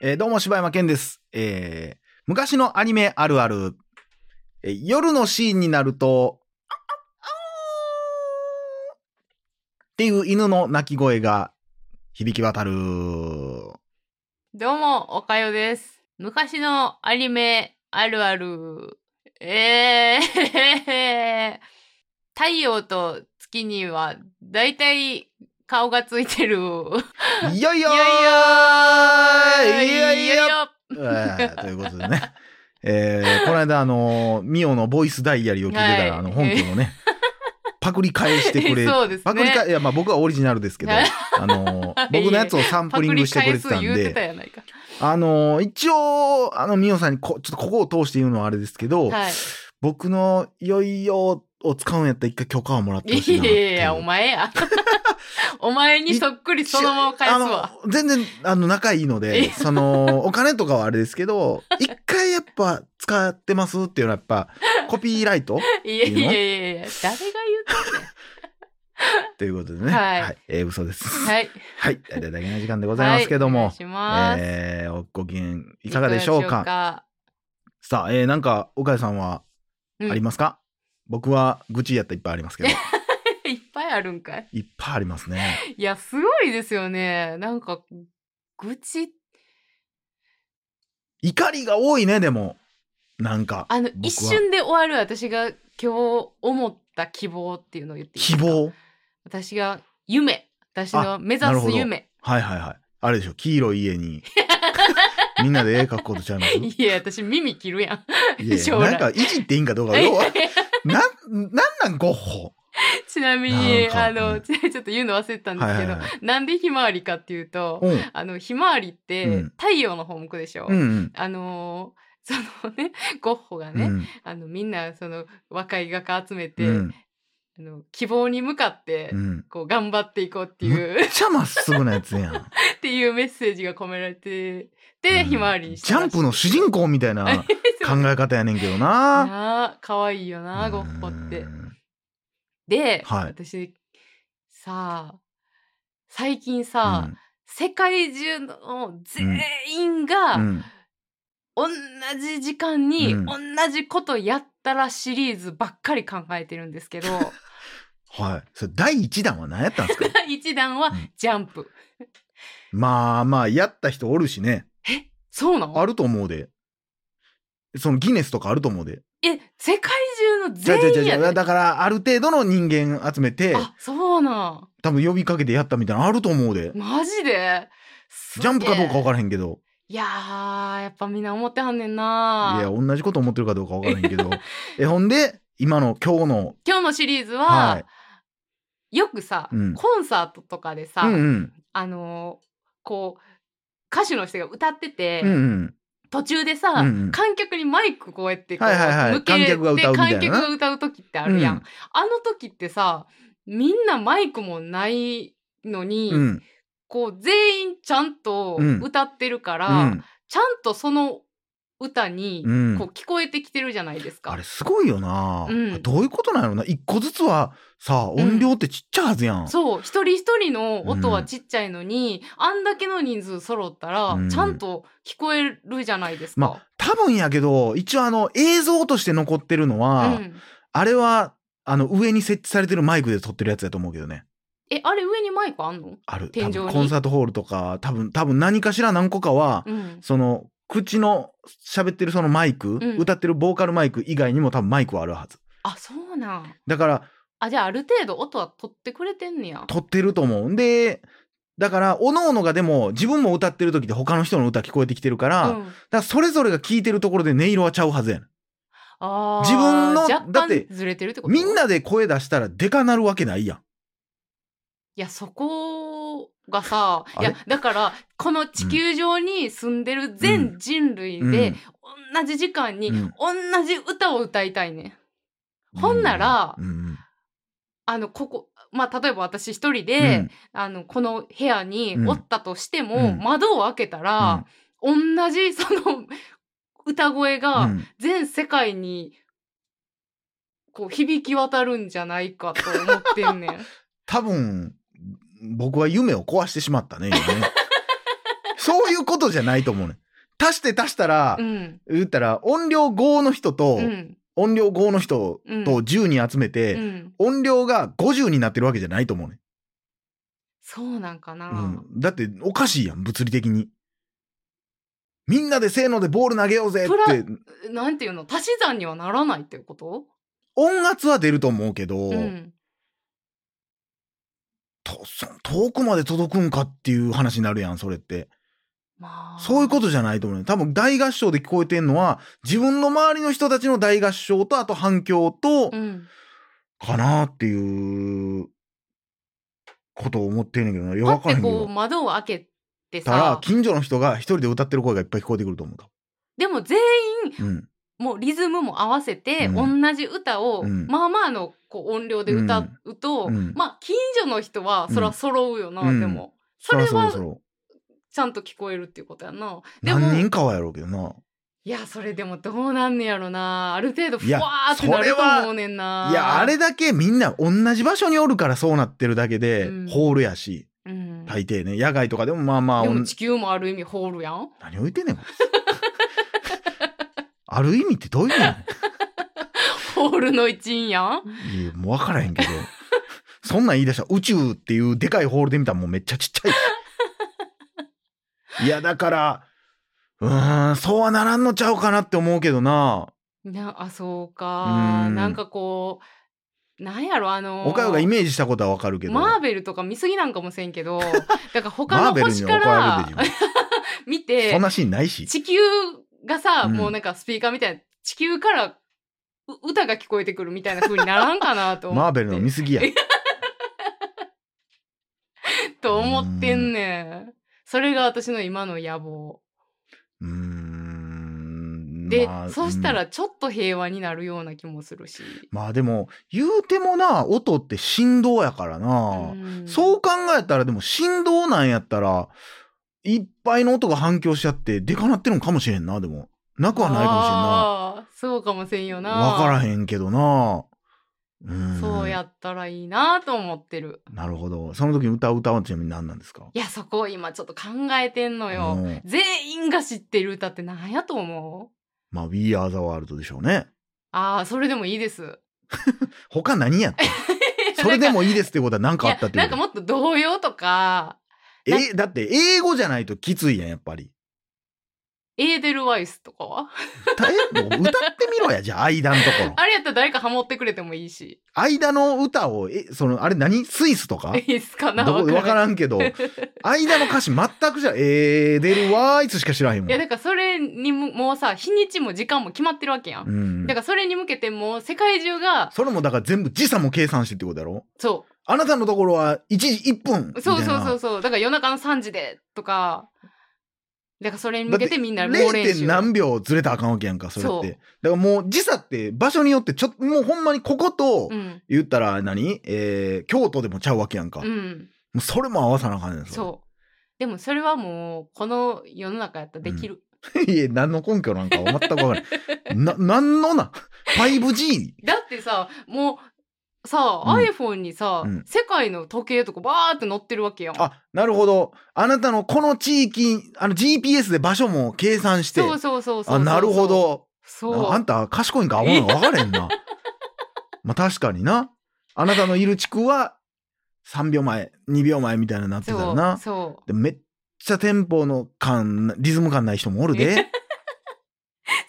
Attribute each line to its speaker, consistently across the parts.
Speaker 1: えーどうも柴山健です。えー昔のアニメあるある、えー夜のシーンになると、っていう犬の鳴き声が響き渡る。
Speaker 2: どうも、おかよです。昔のアニメあるある。えー、太陽と月にはだいたい顔がついてる。い
Speaker 1: いよいよー
Speaker 2: や
Speaker 1: いよいよ
Speaker 2: い
Speaker 1: ー えーということでね。えーこの間、あのーミオのボイスダイヤリーを聞いてたら、
Speaker 2: はい
Speaker 1: あの、本家のね、パクリ返してくれ
Speaker 2: そうですね。
Speaker 1: パクリか、いや、まあ僕はオリジナルですけど、
Speaker 2: はい
Speaker 1: あの ー、僕のやつをサンプリングしてくれてたん
Speaker 2: パクリ返す言うてた
Speaker 1: で、
Speaker 2: やないか。
Speaker 1: あのー一応、あの、ミオさんにこ、ちょっとここを通して言うのはあれですけど、
Speaker 2: はい。
Speaker 1: 僕のよいよを使うんやったら一回許可をもらってほ
Speaker 2: い
Speaker 1: しい
Speaker 2: や
Speaker 1: なっ
Speaker 2: い
Speaker 1: ていう。
Speaker 2: やいや、お前や。 お前にそっくりそのまま返すわ。
Speaker 1: あの、全然、あの、仲いいの
Speaker 2: い
Speaker 1: で、
Speaker 2: や
Speaker 1: その、お金とかはあれですけ ど、一回やっぱ使ってますっていうのはやっぱ、コピーライト
Speaker 2: いやい
Speaker 1: の
Speaker 2: やいやいや、誰が
Speaker 1: ということでね。
Speaker 2: はい
Speaker 1: えー嘘です。
Speaker 2: 言う
Speaker 1: は
Speaker 2: た
Speaker 1: い。
Speaker 2: はい。
Speaker 1: 大体だけな時間でございますけど
Speaker 2: はい、お
Speaker 1: も
Speaker 2: 願い、します。
Speaker 1: えー、ご機嫌いかがでしょう
Speaker 2: い
Speaker 1: か。さあ、えー、なんか、岡谷さんは
Speaker 2: うん
Speaker 1: ありますか、僕は愚痴やったらいっぱいありますけ ど、
Speaker 2: いっぱいあるんかい。
Speaker 1: いっぱいありますね。
Speaker 2: いや、すごいですよね。なんか、愚痴、
Speaker 1: 怒りが多いね、でも。なんか、
Speaker 2: あの
Speaker 1: 僕、は
Speaker 2: 一瞬で終わる私が今日思った希望っていうのを言っていいです
Speaker 1: 希
Speaker 2: か
Speaker 1: 望
Speaker 2: 私が夢。私の目指
Speaker 1: なるほ
Speaker 2: す
Speaker 1: ど
Speaker 2: 夢。
Speaker 1: はいはいはい。あれでしょ、黄色い家 に。みんなで絵描くことちゃいますい
Speaker 2: いや、私耳切るやん。
Speaker 1: やいや
Speaker 2: 将来、
Speaker 1: なんか、いじっていいんかどうか。要はなん、なんなんゴッホ。
Speaker 2: ちなみに、
Speaker 1: な
Speaker 2: あ
Speaker 1: んかう
Speaker 2: の、
Speaker 1: ん
Speaker 2: ちょっと言うの忘れてたんです
Speaker 1: はい
Speaker 2: けど、
Speaker 1: はいはい。
Speaker 2: なんでひまわりかっていうと、
Speaker 1: うん。
Speaker 2: あの、ひまわりって、
Speaker 1: うん
Speaker 2: 太陽の項目でしょ、
Speaker 1: うんうん。
Speaker 2: あのー そのね、ゴッホが
Speaker 1: う
Speaker 2: ね、
Speaker 1: ん
Speaker 2: あの、みんな、その、若い画家集め
Speaker 1: う
Speaker 2: て、
Speaker 1: ん。
Speaker 2: あの希望に向かって、
Speaker 1: うん。
Speaker 2: こう頑張っていこうっていう、
Speaker 1: めっちゃまっすぐなやつやん。
Speaker 2: っていうメッセージが込められてで、
Speaker 1: うん
Speaker 2: ひまわりに
Speaker 1: ジャンプの主人公みたい な考え方やねんけどな。
Speaker 2: なあ可愛いよなゴッホって
Speaker 1: う。ん
Speaker 2: で、
Speaker 1: はい
Speaker 2: 私さあ最近さ、世界中の全員
Speaker 1: う
Speaker 2: が
Speaker 1: ん
Speaker 2: 同じ時間に
Speaker 1: うん
Speaker 2: 同じことやったらシリーズばっかり考えてるんで すけど、
Speaker 1: はい。それ第1弾は何やったんですか
Speaker 2: 一弾は
Speaker 1: うん
Speaker 2: ジャンプ。
Speaker 1: まあまあ、やった人おるしね。
Speaker 2: そうなの
Speaker 1: あると思うで。そのギネスとかあると思うで。
Speaker 2: え、世界中の
Speaker 1: じゃあじゃあ
Speaker 2: 全
Speaker 1: じゃ
Speaker 2: 員
Speaker 1: あじゃ
Speaker 2: や
Speaker 1: あ
Speaker 2: で。
Speaker 1: だから、ある程度の人間集めて、
Speaker 2: あ、そうなん。
Speaker 1: 多分呼びかけてやったみたいなのあると思うで。
Speaker 2: マジで
Speaker 1: ジャンプかどうか分
Speaker 2: ら
Speaker 1: からへんけど。
Speaker 2: いやー、やっぱみんな思ってはんねん
Speaker 1: い
Speaker 2: な
Speaker 1: や、同じこと思ってるかどうか分からへんけど。え、ほんで、今の今日の、
Speaker 2: 今日のシリーズは、
Speaker 1: は
Speaker 2: よくさ、
Speaker 1: うん
Speaker 2: コンサートとかでさ、
Speaker 1: うんうん。
Speaker 2: あのーこう、歌手の人が歌ってて、
Speaker 1: うんうん。
Speaker 2: 途中でさ、
Speaker 1: うんうん
Speaker 2: 観客にマイクこうやってこう、
Speaker 1: はいはいはい
Speaker 2: 向けれ
Speaker 1: 観
Speaker 2: て
Speaker 1: 客が歌うみたいな
Speaker 2: 観客が歌う時ってあるや
Speaker 1: う
Speaker 2: ん。
Speaker 1: ん
Speaker 2: あの時ってさ、みんなマイクもないのに、
Speaker 1: うん。
Speaker 2: こう、全員ちゃんと歌ってるから、
Speaker 1: うん。
Speaker 2: ちゃんとその歌に、
Speaker 1: うん
Speaker 2: こう聞こえてきてるじゃないですか。
Speaker 1: あれすごいよな、
Speaker 2: うん
Speaker 1: どういうことなのな一個ずつはさ
Speaker 2: ん
Speaker 1: 音量ってちっちゃいはずやん、
Speaker 2: そう、一人一人の音はちっちゃいのに、あんだけの人数揃ったら、
Speaker 1: うん
Speaker 2: ちゃんと聞こえるじゃないです
Speaker 1: ま
Speaker 2: か。
Speaker 1: 多分やけど一応あの映像として残ってるのは、
Speaker 2: うん、
Speaker 1: あれはあの上に設置されてるマイクで撮ってるやつやと思うけどね
Speaker 2: え、あれ上にマイクあんの
Speaker 1: ある
Speaker 2: 天井に
Speaker 1: 多分コンサートホールとか多分多分何かしら何個かは、
Speaker 2: うん。
Speaker 1: その口の喋ってるそのマイク、
Speaker 2: ん
Speaker 1: 歌ってるボーカルマイク以外にも多分マイクはあるはず
Speaker 2: あ、そうなん。
Speaker 1: だから
Speaker 2: あ、じゃあある程度音は取ってくれてんねや。
Speaker 1: 撮ってると思うんでだから各々がでも自分も歌ってる時で他の人の歌聞こえてきてるから、
Speaker 2: う
Speaker 1: だ
Speaker 2: ん、
Speaker 1: からそれぞれが聴いてるところで音色はちゃうはずやねん。
Speaker 2: あー
Speaker 1: 自分の
Speaker 2: 若干
Speaker 1: だって
Speaker 2: ずれてるってこと
Speaker 1: みん
Speaker 2: い
Speaker 1: なで声出したらデカなるわけないやん。
Speaker 2: や、そこがさ、
Speaker 1: あ
Speaker 2: い
Speaker 1: れ
Speaker 2: や、だから、この地球上に住んでる全人類
Speaker 1: うん
Speaker 2: で、同じ時間に、
Speaker 1: うん
Speaker 2: 同じ歌を歌いたいねん。ほんなら
Speaker 1: うんうん
Speaker 2: あの、ここ、まあ、例えば私一人
Speaker 1: うん
Speaker 2: で、あの、この部屋におったとしても、
Speaker 1: うん
Speaker 2: 窓を開けたら、同じその 歌声
Speaker 1: うんう
Speaker 2: が
Speaker 1: ん
Speaker 2: 全世界に、こう、響き渡るんじゃないかと思っ てんねん。
Speaker 1: 多分僕は夢を壊してしまったね今ね。 そういうことじゃないと思うねん。足して足したら、
Speaker 2: うん。
Speaker 1: 言ったら音量5の人と、
Speaker 2: うん。
Speaker 1: 音量5の人
Speaker 2: うん
Speaker 1: と10に集めて、
Speaker 2: うん。
Speaker 1: 音量が50になってるわけじゃないと思うね
Speaker 2: そうなんかな。
Speaker 1: ん、うん、だっておかしいやん物理的にみんなでせーのでボール投げようぜっ
Speaker 2: プラ
Speaker 1: て
Speaker 2: なんていうの足し算にはならないっていうこと
Speaker 1: 音圧は出ると思うけど、
Speaker 2: うん。
Speaker 1: とそ遠くまで届くんかっていう話になるやんそれって
Speaker 2: まあ。
Speaker 1: そういうことじゃないと思うね多分大合唱で聞こえてんのは自分の周りの人たちの大合唱とあと反響と
Speaker 2: うん。
Speaker 1: かなっていうことを思ってんねんけどないや
Speaker 2: パ
Speaker 1: 分
Speaker 2: っ
Speaker 1: から
Speaker 2: て
Speaker 1: へんけ
Speaker 2: こ
Speaker 1: ど
Speaker 2: う。窓を開けて
Speaker 1: たら
Speaker 2: さ、
Speaker 1: 近所の人が一人で歌ってる声がいっぱい聞こえてくると思うと。
Speaker 2: でも全員
Speaker 1: うん。
Speaker 2: もうリズムも合わせて、
Speaker 1: うん
Speaker 2: 同じ歌を、
Speaker 1: うん
Speaker 2: まあまあのこう音量で歌うと、
Speaker 1: うん
Speaker 2: まあ近所の人はそら揃うよな、
Speaker 1: うん
Speaker 2: でも。それ
Speaker 1: ら
Speaker 2: は
Speaker 1: そろ
Speaker 2: ちゃんと聞こえるっていうことやな。でも、
Speaker 1: 何人かはやろうけどな。
Speaker 2: いや、それでもどうなんねやろな。ある程度、
Speaker 1: い
Speaker 2: ふ
Speaker 1: や
Speaker 2: わーってなると思うねんな。
Speaker 1: いやあれだけみんな同じ場所におるからそうなってるだけで、
Speaker 2: うん
Speaker 1: ホールやし
Speaker 2: うん、
Speaker 1: 大抵ね野外とかでもまあまあ
Speaker 2: で
Speaker 1: お
Speaker 2: も
Speaker 1: ん
Speaker 2: 地球もある意味ホールやん。
Speaker 1: 何を言ってんねん。こい つある意味ってどういう意味な
Speaker 2: ホールの一員やん。
Speaker 1: のいやもう分からへんけどそんなん言い出したら宇宙っていうでかいホールで見たらもうめっちゃちっちゃ い。いやだからうーんそうはならんのちゃうかなって思うけどな。
Speaker 2: なあ、そうか。
Speaker 1: うん
Speaker 2: なんかこう、なんやろ、あの
Speaker 1: おかよがイメージしたことはわかるけど。
Speaker 2: マーベルとか見すぎなんかもせん けど、だから
Speaker 1: マ
Speaker 2: 他
Speaker 1: ー
Speaker 2: の
Speaker 1: ベルに
Speaker 2: 星
Speaker 1: 怒
Speaker 2: からら
Speaker 1: れるべき
Speaker 2: 見
Speaker 1: よ
Speaker 2: て
Speaker 1: そん、なシーンないし。
Speaker 2: 地球がさ、
Speaker 1: うん
Speaker 2: もうなんかスピーカーみたいな、地球からう歌が聞こえてくるみたいな風にならんかなと思って。
Speaker 1: マーベルの見すぎや。
Speaker 2: と思ってんねん。それが私の今の野望。
Speaker 1: うーん。
Speaker 2: で、
Speaker 1: まあ
Speaker 2: そうした
Speaker 1: う
Speaker 2: ら
Speaker 1: ん
Speaker 2: ちょっと平和になるような気もするし。
Speaker 1: まあでも、言うてもな、音って振動やからな。そうう考えたら、でも振動なんやったら、いっぱいの音が反響しちゃって、でかなってるのかもしれんな、でも。なくはないかもしれんな
Speaker 2: もしれない。そうかもせんよな。。
Speaker 1: わからへんけどな。うーん。
Speaker 2: そうやったらいいなと思ってる。
Speaker 1: なるほど。その時に歌う歌はちなみに何なんですか
Speaker 2: いや、そこを今ちょっと考えてんのよ。
Speaker 1: うん
Speaker 2: 全員が知ってる歌って何やと思う
Speaker 1: まあ、We Are the World でしょうね。
Speaker 2: ああ、それでもいいです。
Speaker 1: 他何やって それでもいいですってことは何かあったっ
Speaker 2: い
Speaker 1: て
Speaker 2: や
Speaker 1: こ
Speaker 2: なんか
Speaker 1: と
Speaker 2: もっと童謡とか、なん
Speaker 1: えだって英語じゃないときついやんやっぱり
Speaker 2: エーデルワイスとかは
Speaker 1: 歌えもう歌ってみろやじゃあ間のところ
Speaker 2: あれやったら誰かハモってくれてもいいし。
Speaker 1: 間の歌をえそのあれ何スイスと か
Speaker 2: いいっすかな
Speaker 1: どこ
Speaker 2: わ
Speaker 1: 分
Speaker 2: か
Speaker 1: からら
Speaker 2: ん
Speaker 1: んけど間の歌詞全くじゃえー、出るわーいつしか知らへん
Speaker 2: い
Speaker 1: も
Speaker 2: や、
Speaker 1: ん、
Speaker 2: だからそれにも、もうさ、日にちも時間も決まってるわけやん。
Speaker 1: うん
Speaker 2: だ、からそれに向けてもう世界中が、
Speaker 1: それもだから全部時差も計算してってことやろ
Speaker 2: そ
Speaker 1: あなたのところは1時1分
Speaker 2: う、そうそうそう
Speaker 1: う
Speaker 2: そう、だから夜中の3時でとか、だからそれに向けてみんな猛練
Speaker 1: 0.
Speaker 2: 習。
Speaker 1: 何秒ずれたらあかんわけやんかそれ
Speaker 2: そ
Speaker 1: っ
Speaker 2: う
Speaker 1: てだからもう時差って場所によってちょっともうほんまにここと、
Speaker 2: うん。
Speaker 1: 言ったら何、えー京都でもちゃうわけやんか、
Speaker 2: う
Speaker 1: も
Speaker 2: ん。
Speaker 1: うそれも合わさなあかんねん
Speaker 2: そう。でもそれはもう、この世の中やったらできる。
Speaker 1: ういや何の根拠なんか全く分からないな何のな 5G
Speaker 2: だってさ、もう、さ、
Speaker 1: うん
Speaker 2: iPhone にさ、
Speaker 1: うん
Speaker 2: 世界の時計とかバーって載ってるわけやん。
Speaker 1: あなるほどあなたのこの地域あの GPS で場所も計算して
Speaker 2: そうそうそうそうそう。
Speaker 1: あなるほ。ど
Speaker 2: そう。
Speaker 1: ああんた賢いんかアホなの分からへん なまあ確かになあなたのいる地区は3秒前2秒前みたいなのなってた
Speaker 2: そ
Speaker 1: ら
Speaker 2: う
Speaker 1: な
Speaker 2: そう。
Speaker 1: でめっちゃテンポの感リズム感ない人もおるで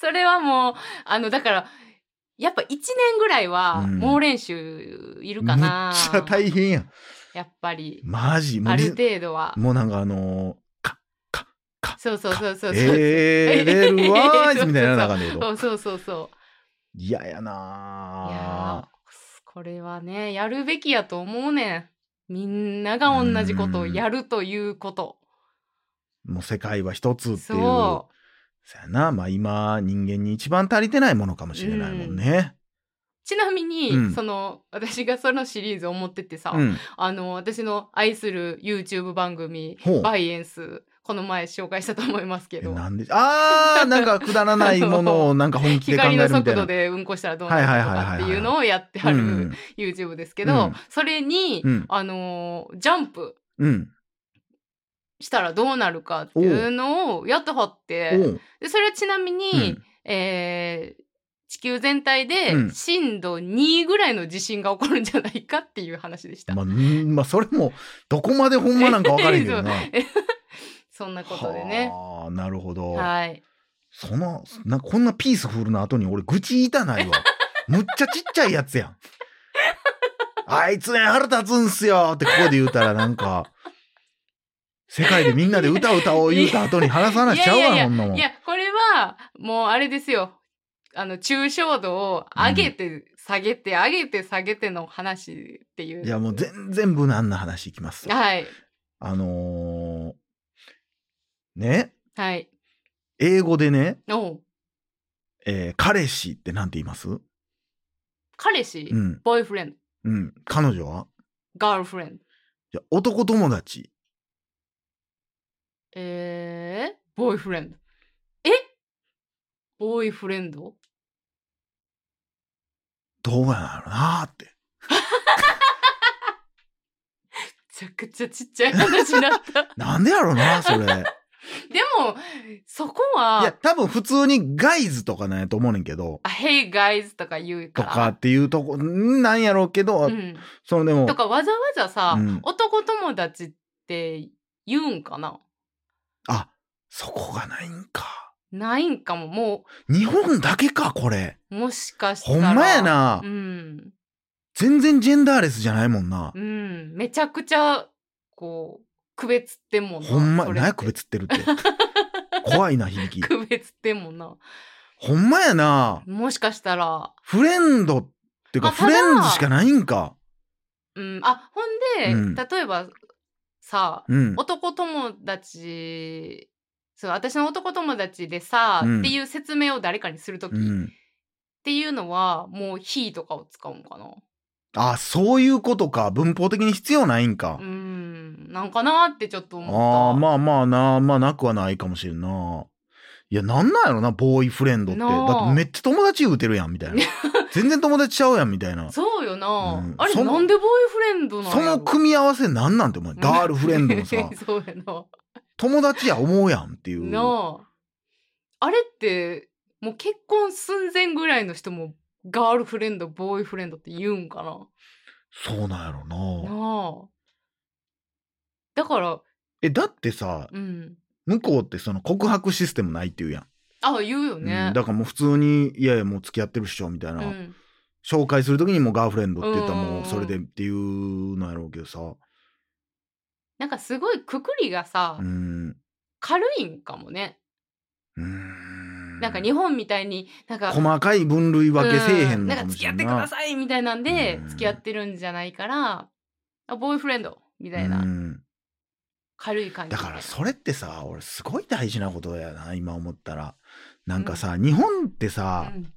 Speaker 2: それはもう、あの、だから、やっぱ1年ぐらいは
Speaker 1: うん
Speaker 2: 猛練習いる
Speaker 1: め
Speaker 2: か
Speaker 1: っち
Speaker 2: な、
Speaker 1: ゃ大変やん
Speaker 2: やっぱり、
Speaker 1: マジもう
Speaker 2: ある
Speaker 1: リズ
Speaker 2: 程度は。
Speaker 1: もうなんかあのーカッカッカ
Speaker 2: そうそうそうそう。
Speaker 1: えー、レールワーイズみたいなのなあかんねんけ
Speaker 2: そ
Speaker 1: ど
Speaker 2: うそうそうそ
Speaker 1: 嫌やや
Speaker 2: う。いやー
Speaker 1: な
Speaker 2: これはね、やるべきやと思うねん。みんなが同じことをやるということ。
Speaker 1: ーもう世界は一つっていう
Speaker 2: そ
Speaker 1: そやなまあ今人間に一番足りてないものかもしれないもんね
Speaker 2: う。ちなみに、
Speaker 1: うん
Speaker 2: その、私がそのシリーズを持ってってさ、
Speaker 1: うん
Speaker 2: あの、私の愛する YouTube 番組
Speaker 1: ほう、
Speaker 2: バイエンス、この前紹介したと思いますけ
Speaker 1: え
Speaker 2: ど、
Speaker 1: なんであーなんかくだらないものをなんか本気で考
Speaker 2: 光
Speaker 1: え
Speaker 2: の
Speaker 1: るみた
Speaker 2: 速
Speaker 1: いな
Speaker 2: 度でうんこしたらどうなる
Speaker 1: はい
Speaker 2: か
Speaker 1: は
Speaker 2: と
Speaker 1: いはいはいは
Speaker 2: かっ
Speaker 1: い
Speaker 2: ていうのをやっては
Speaker 1: う
Speaker 2: る
Speaker 1: ん
Speaker 2: YouTube ですけど、
Speaker 1: うん
Speaker 2: それに、
Speaker 1: うん
Speaker 2: あのー、ジャンプ
Speaker 1: うん
Speaker 2: したらどうなるかっていうのをやってはって、
Speaker 1: う
Speaker 2: でそれはちなみに、
Speaker 1: うん
Speaker 2: えー地球全体
Speaker 1: う
Speaker 2: で
Speaker 1: ん
Speaker 2: 震度2ぐらいの地震が起こるんじゃないかっていう話でした。
Speaker 1: まあ、んまあそれもどこまでほんまなんか分からへんけど な。
Speaker 2: そんなことでね。
Speaker 1: はあなるほど。
Speaker 2: はい。
Speaker 1: そのなこんなピースフルな後に俺愚痴言いた ないわ。むっちゃちっちゃいやつやん。あいつね腹立つんすよってここで言うたらなんか世界でみんなで歌歌おう言うた後に話さなしちゃうわ
Speaker 2: いやいや
Speaker 1: こんなもん。
Speaker 2: いや、これは、もうあれですよ。あの、抽象度を上げて、下げて、上げて、下げての話っていう。
Speaker 1: いやもう全然無難な話いきます。
Speaker 2: はい。
Speaker 1: あのーね
Speaker 2: はい。
Speaker 1: 英語でね、
Speaker 2: おう
Speaker 1: えー彼氏ってなんて言います
Speaker 2: 彼氏、
Speaker 1: うん
Speaker 2: ボーイフレンド、
Speaker 1: うん彼女は
Speaker 2: ガールフレンド。
Speaker 1: じゃあ男友達
Speaker 2: えー、ボーイフレンド。えボーイフレンド
Speaker 1: どうやなのなーって。
Speaker 2: めちゃくちゃちっちゃい話になった。で
Speaker 1: なんでやろなそれ。
Speaker 2: も、そこ
Speaker 1: いや、
Speaker 2: は、
Speaker 1: 多分普通にガイズとかなんやと思うねんけど、
Speaker 2: あ、Hey guys とか言うか
Speaker 1: と
Speaker 2: ら。
Speaker 1: かっていうとこ、んなんやろうけど、
Speaker 2: うん。
Speaker 1: そのでも
Speaker 2: と、かわざわざさ、
Speaker 1: うん
Speaker 2: 男友達って言うんかな
Speaker 1: あ、そこがないんか。
Speaker 2: ないんかも。も
Speaker 1: 日本だけか、これ。
Speaker 2: う、もしかした
Speaker 1: ほ
Speaker 2: ら。
Speaker 1: んまや。な。
Speaker 2: うん。
Speaker 1: 全然ジェンダーレスじゃないもんな
Speaker 2: う。ん。めちゃくちゃ、こう、区別ってんもんな。
Speaker 1: ほんま、
Speaker 2: それって
Speaker 1: 何や区別ってる って。怖いな、響き。
Speaker 2: 区別ってんもんな。
Speaker 1: ほんまやな。
Speaker 2: もしかしたら、
Speaker 1: フレンドっていうか、
Speaker 2: あ
Speaker 1: フレンズしかないんか。
Speaker 2: うん。あ、ほんで、
Speaker 1: うん
Speaker 2: 例えば、さ、
Speaker 1: うん。
Speaker 2: 男友達、そう、私の男友達でさ、
Speaker 1: うん
Speaker 2: っていう説明を誰かにするとき、
Speaker 1: う
Speaker 2: っ
Speaker 1: ん。
Speaker 2: ていうのは、もう、he とかを使うんかな。
Speaker 1: あ、そういうことか。文法的に必要ないんか
Speaker 2: う。ん、なんかなってちょっと思った。
Speaker 1: ああーまあまあなまあなくはないかもしれんないやなんなんやろなボーイフレンドって
Speaker 2: なあ
Speaker 1: だってめっちゃ友達言うてるやんみ たいな全然友達ちゃうやんみたいなそ
Speaker 2: そうよな。
Speaker 1: うん
Speaker 2: あれ、
Speaker 1: その
Speaker 2: なんでボーイフレンドなの
Speaker 1: の組み合わせなんなんて思うガールフレンドもさ
Speaker 2: そうやな。
Speaker 1: 友達や思うやんっていう
Speaker 2: なあ。あれって、もう結婚寸前ぐらいの人も、ガールフレンド、ボーイフレンドって言うんかな。
Speaker 1: そうなんやろ
Speaker 2: な
Speaker 1: な
Speaker 2: あ。だから、
Speaker 1: えだってさ
Speaker 2: うん。
Speaker 1: 向こうってその告白システムないっていうやん、
Speaker 2: あ、言うよ
Speaker 1: う
Speaker 2: ね
Speaker 1: ん、。だからもう普通に「いやいやもう付き合ってるっしょ」みたいな、
Speaker 2: うん
Speaker 1: 紹介する時にもうガーフレンドって言ったら
Speaker 2: うんうん
Speaker 1: も
Speaker 2: うん
Speaker 1: うそれでっていうのやろうけどさ
Speaker 2: なんかすごいくくりがさ、
Speaker 1: うん
Speaker 2: 軽いんかもね。
Speaker 1: うん
Speaker 2: なんか日本みたいになんか
Speaker 1: 細かい分類分けせえへ
Speaker 2: うん
Speaker 1: の
Speaker 2: な
Speaker 1: か
Speaker 2: んか
Speaker 1: も
Speaker 2: 付
Speaker 1: し
Speaker 2: き合
Speaker 1: れ
Speaker 2: っ
Speaker 1: ん
Speaker 2: て
Speaker 1: な
Speaker 2: くださいみたいなんで
Speaker 1: うん
Speaker 2: 付き合ってるんじゃないから、あボーイフレンドみたいな、
Speaker 1: うん
Speaker 2: 軽い感じ
Speaker 1: だ
Speaker 2: で
Speaker 1: からそれってさ俺すごい大事なことやな今思ったらなんかさ、日本ってさ、
Speaker 2: うん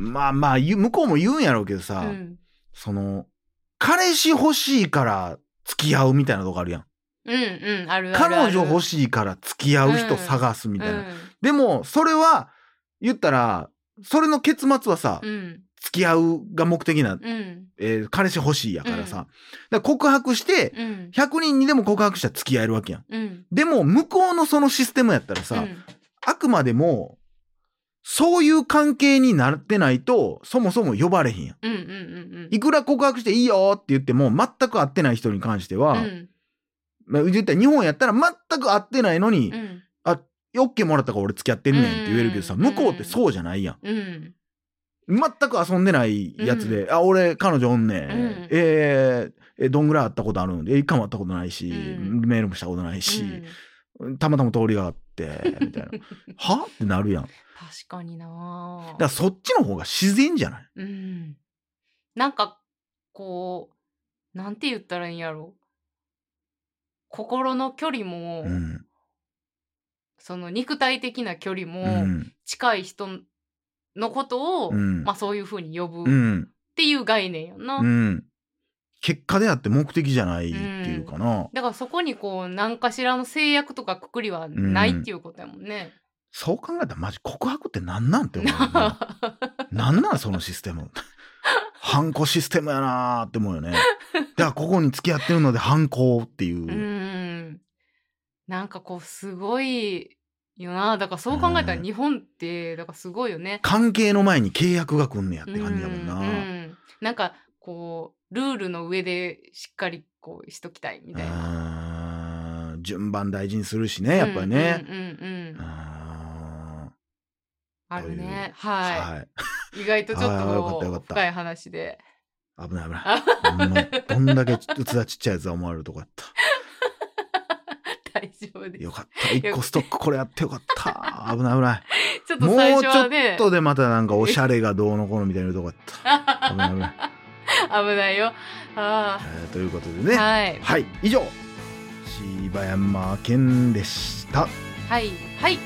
Speaker 1: まあまあ言う向こうも言うんやろうけど
Speaker 2: う
Speaker 1: さ、
Speaker 2: ん
Speaker 1: その彼氏欲しいから付き合うみたいなとこあるやん
Speaker 2: うんうんあるあるあ
Speaker 1: 彼
Speaker 2: る
Speaker 1: 女欲
Speaker 2: し
Speaker 1: しいから付き合う人探すみ
Speaker 2: み
Speaker 1: たいな、
Speaker 2: うん
Speaker 1: でもそれは言ったらそれの結末はさ、
Speaker 2: うん
Speaker 1: 付き合うが目的な、
Speaker 2: うん
Speaker 1: えー彼氏欲しいやからさ、
Speaker 2: うん
Speaker 1: だから告白して
Speaker 2: うん
Speaker 1: 100人にでも告白したら付き合えるわけやん。
Speaker 2: うん
Speaker 1: でも向こうのそのシステムやったらさ、
Speaker 2: うん
Speaker 1: あくまでもそういう関係になってないとそもそも呼ばれへんやん。
Speaker 2: うんうんうん
Speaker 1: いくら告白していいよって言っても全く会ってない人に関しては、
Speaker 2: うん
Speaker 1: まあ言ったら日本やったら全く会ってないのに、
Speaker 2: うん
Speaker 1: オッケーもらったから俺付き合ってんねんって言えるけどさ、
Speaker 2: うん
Speaker 1: 向こうってそうじゃないやん。
Speaker 2: うん
Speaker 1: 全く遊んでないやつで、あ、俺彼女おんねん。
Speaker 2: うん
Speaker 1: えーえ、どんぐらい会ったことあるんで、一回も会ったことないし、
Speaker 2: うん
Speaker 1: メールもしたことないうし、
Speaker 2: ん
Speaker 1: たまたま通りがあって、 みたいな。はってなるやん。だか
Speaker 2: 確かにな
Speaker 1: らそっちの方が自然じゃない
Speaker 2: うんなんかこうなんて言ったらいいんやろ心の距離も、
Speaker 1: うん。
Speaker 2: その肉体的な距離も、
Speaker 1: うん。
Speaker 2: 近い人のことを、
Speaker 1: うん
Speaker 2: まあそういうふうに呼
Speaker 1: う
Speaker 2: ぶっ
Speaker 1: ん。
Speaker 2: ていう概念やな。
Speaker 1: うん。結果であって目的じゃないっていうかな。
Speaker 2: だからそこにこう何かしらの制約とかくくりはないっていうことやもんね。
Speaker 1: そう考えたらマジ告白ってなんなんって思う よな。なんなんそのシステム。ハンコシステムやなーって思うよね。だからここに付き合ってるのでハンコっていう。
Speaker 2: うん。なんかこうすごいよなだからそう考えたら
Speaker 1: うん
Speaker 2: 日本ってだからすごいよね。
Speaker 1: 関係の前に契約が来んねやって感じやもんな。
Speaker 2: ううんなんかこうルールの上でしっかりこうしときたいみたいな。
Speaker 1: あー順番大事にするしね、やっぱりね。
Speaker 2: うんうんうんうん
Speaker 1: あ
Speaker 2: ある
Speaker 1: とい
Speaker 2: ね。
Speaker 1: ー
Speaker 2: はい。
Speaker 1: はい。
Speaker 2: 意外とちょっ
Speaker 1: あーよかったよか
Speaker 2: と
Speaker 1: った
Speaker 2: 深い話で。
Speaker 1: 危ない危ない。
Speaker 2: あ
Speaker 1: ほんまどんだけ器ちっちゃいやつは思われるとこやった。
Speaker 2: 大丈夫です。
Speaker 1: よかった。一個ストックこれやってよかった。危ない危ない。
Speaker 2: ちょっと
Speaker 1: も
Speaker 2: 最
Speaker 1: う
Speaker 2: 初
Speaker 1: ちょ
Speaker 2: は
Speaker 1: っ
Speaker 2: ね、
Speaker 1: とでまたなんかおしゃれがどうのこうのみたいなとこや った。危ない危ない。
Speaker 2: 危ないよ。あ
Speaker 1: えーということで
Speaker 2: ー
Speaker 1: ね。はい、
Speaker 2: はい。
Speaker 1: 以上。柴山健でした。
Speaker 2: はい。はい。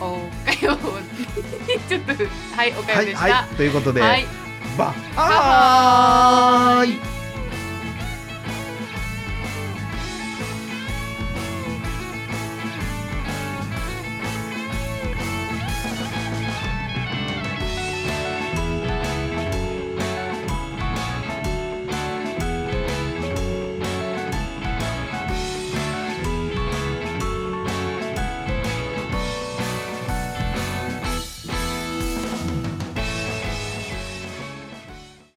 Speaker 2: おかよう。 ちょっと、はい、お
Speaker 1: は
Speaker 2: かよう
Speaker 1: い
Speaker 2: でした。
Speaker 1: はい。ということで、
Speaker 2: はい。
Speaker 1: バッバイ
Speaker 2: バイ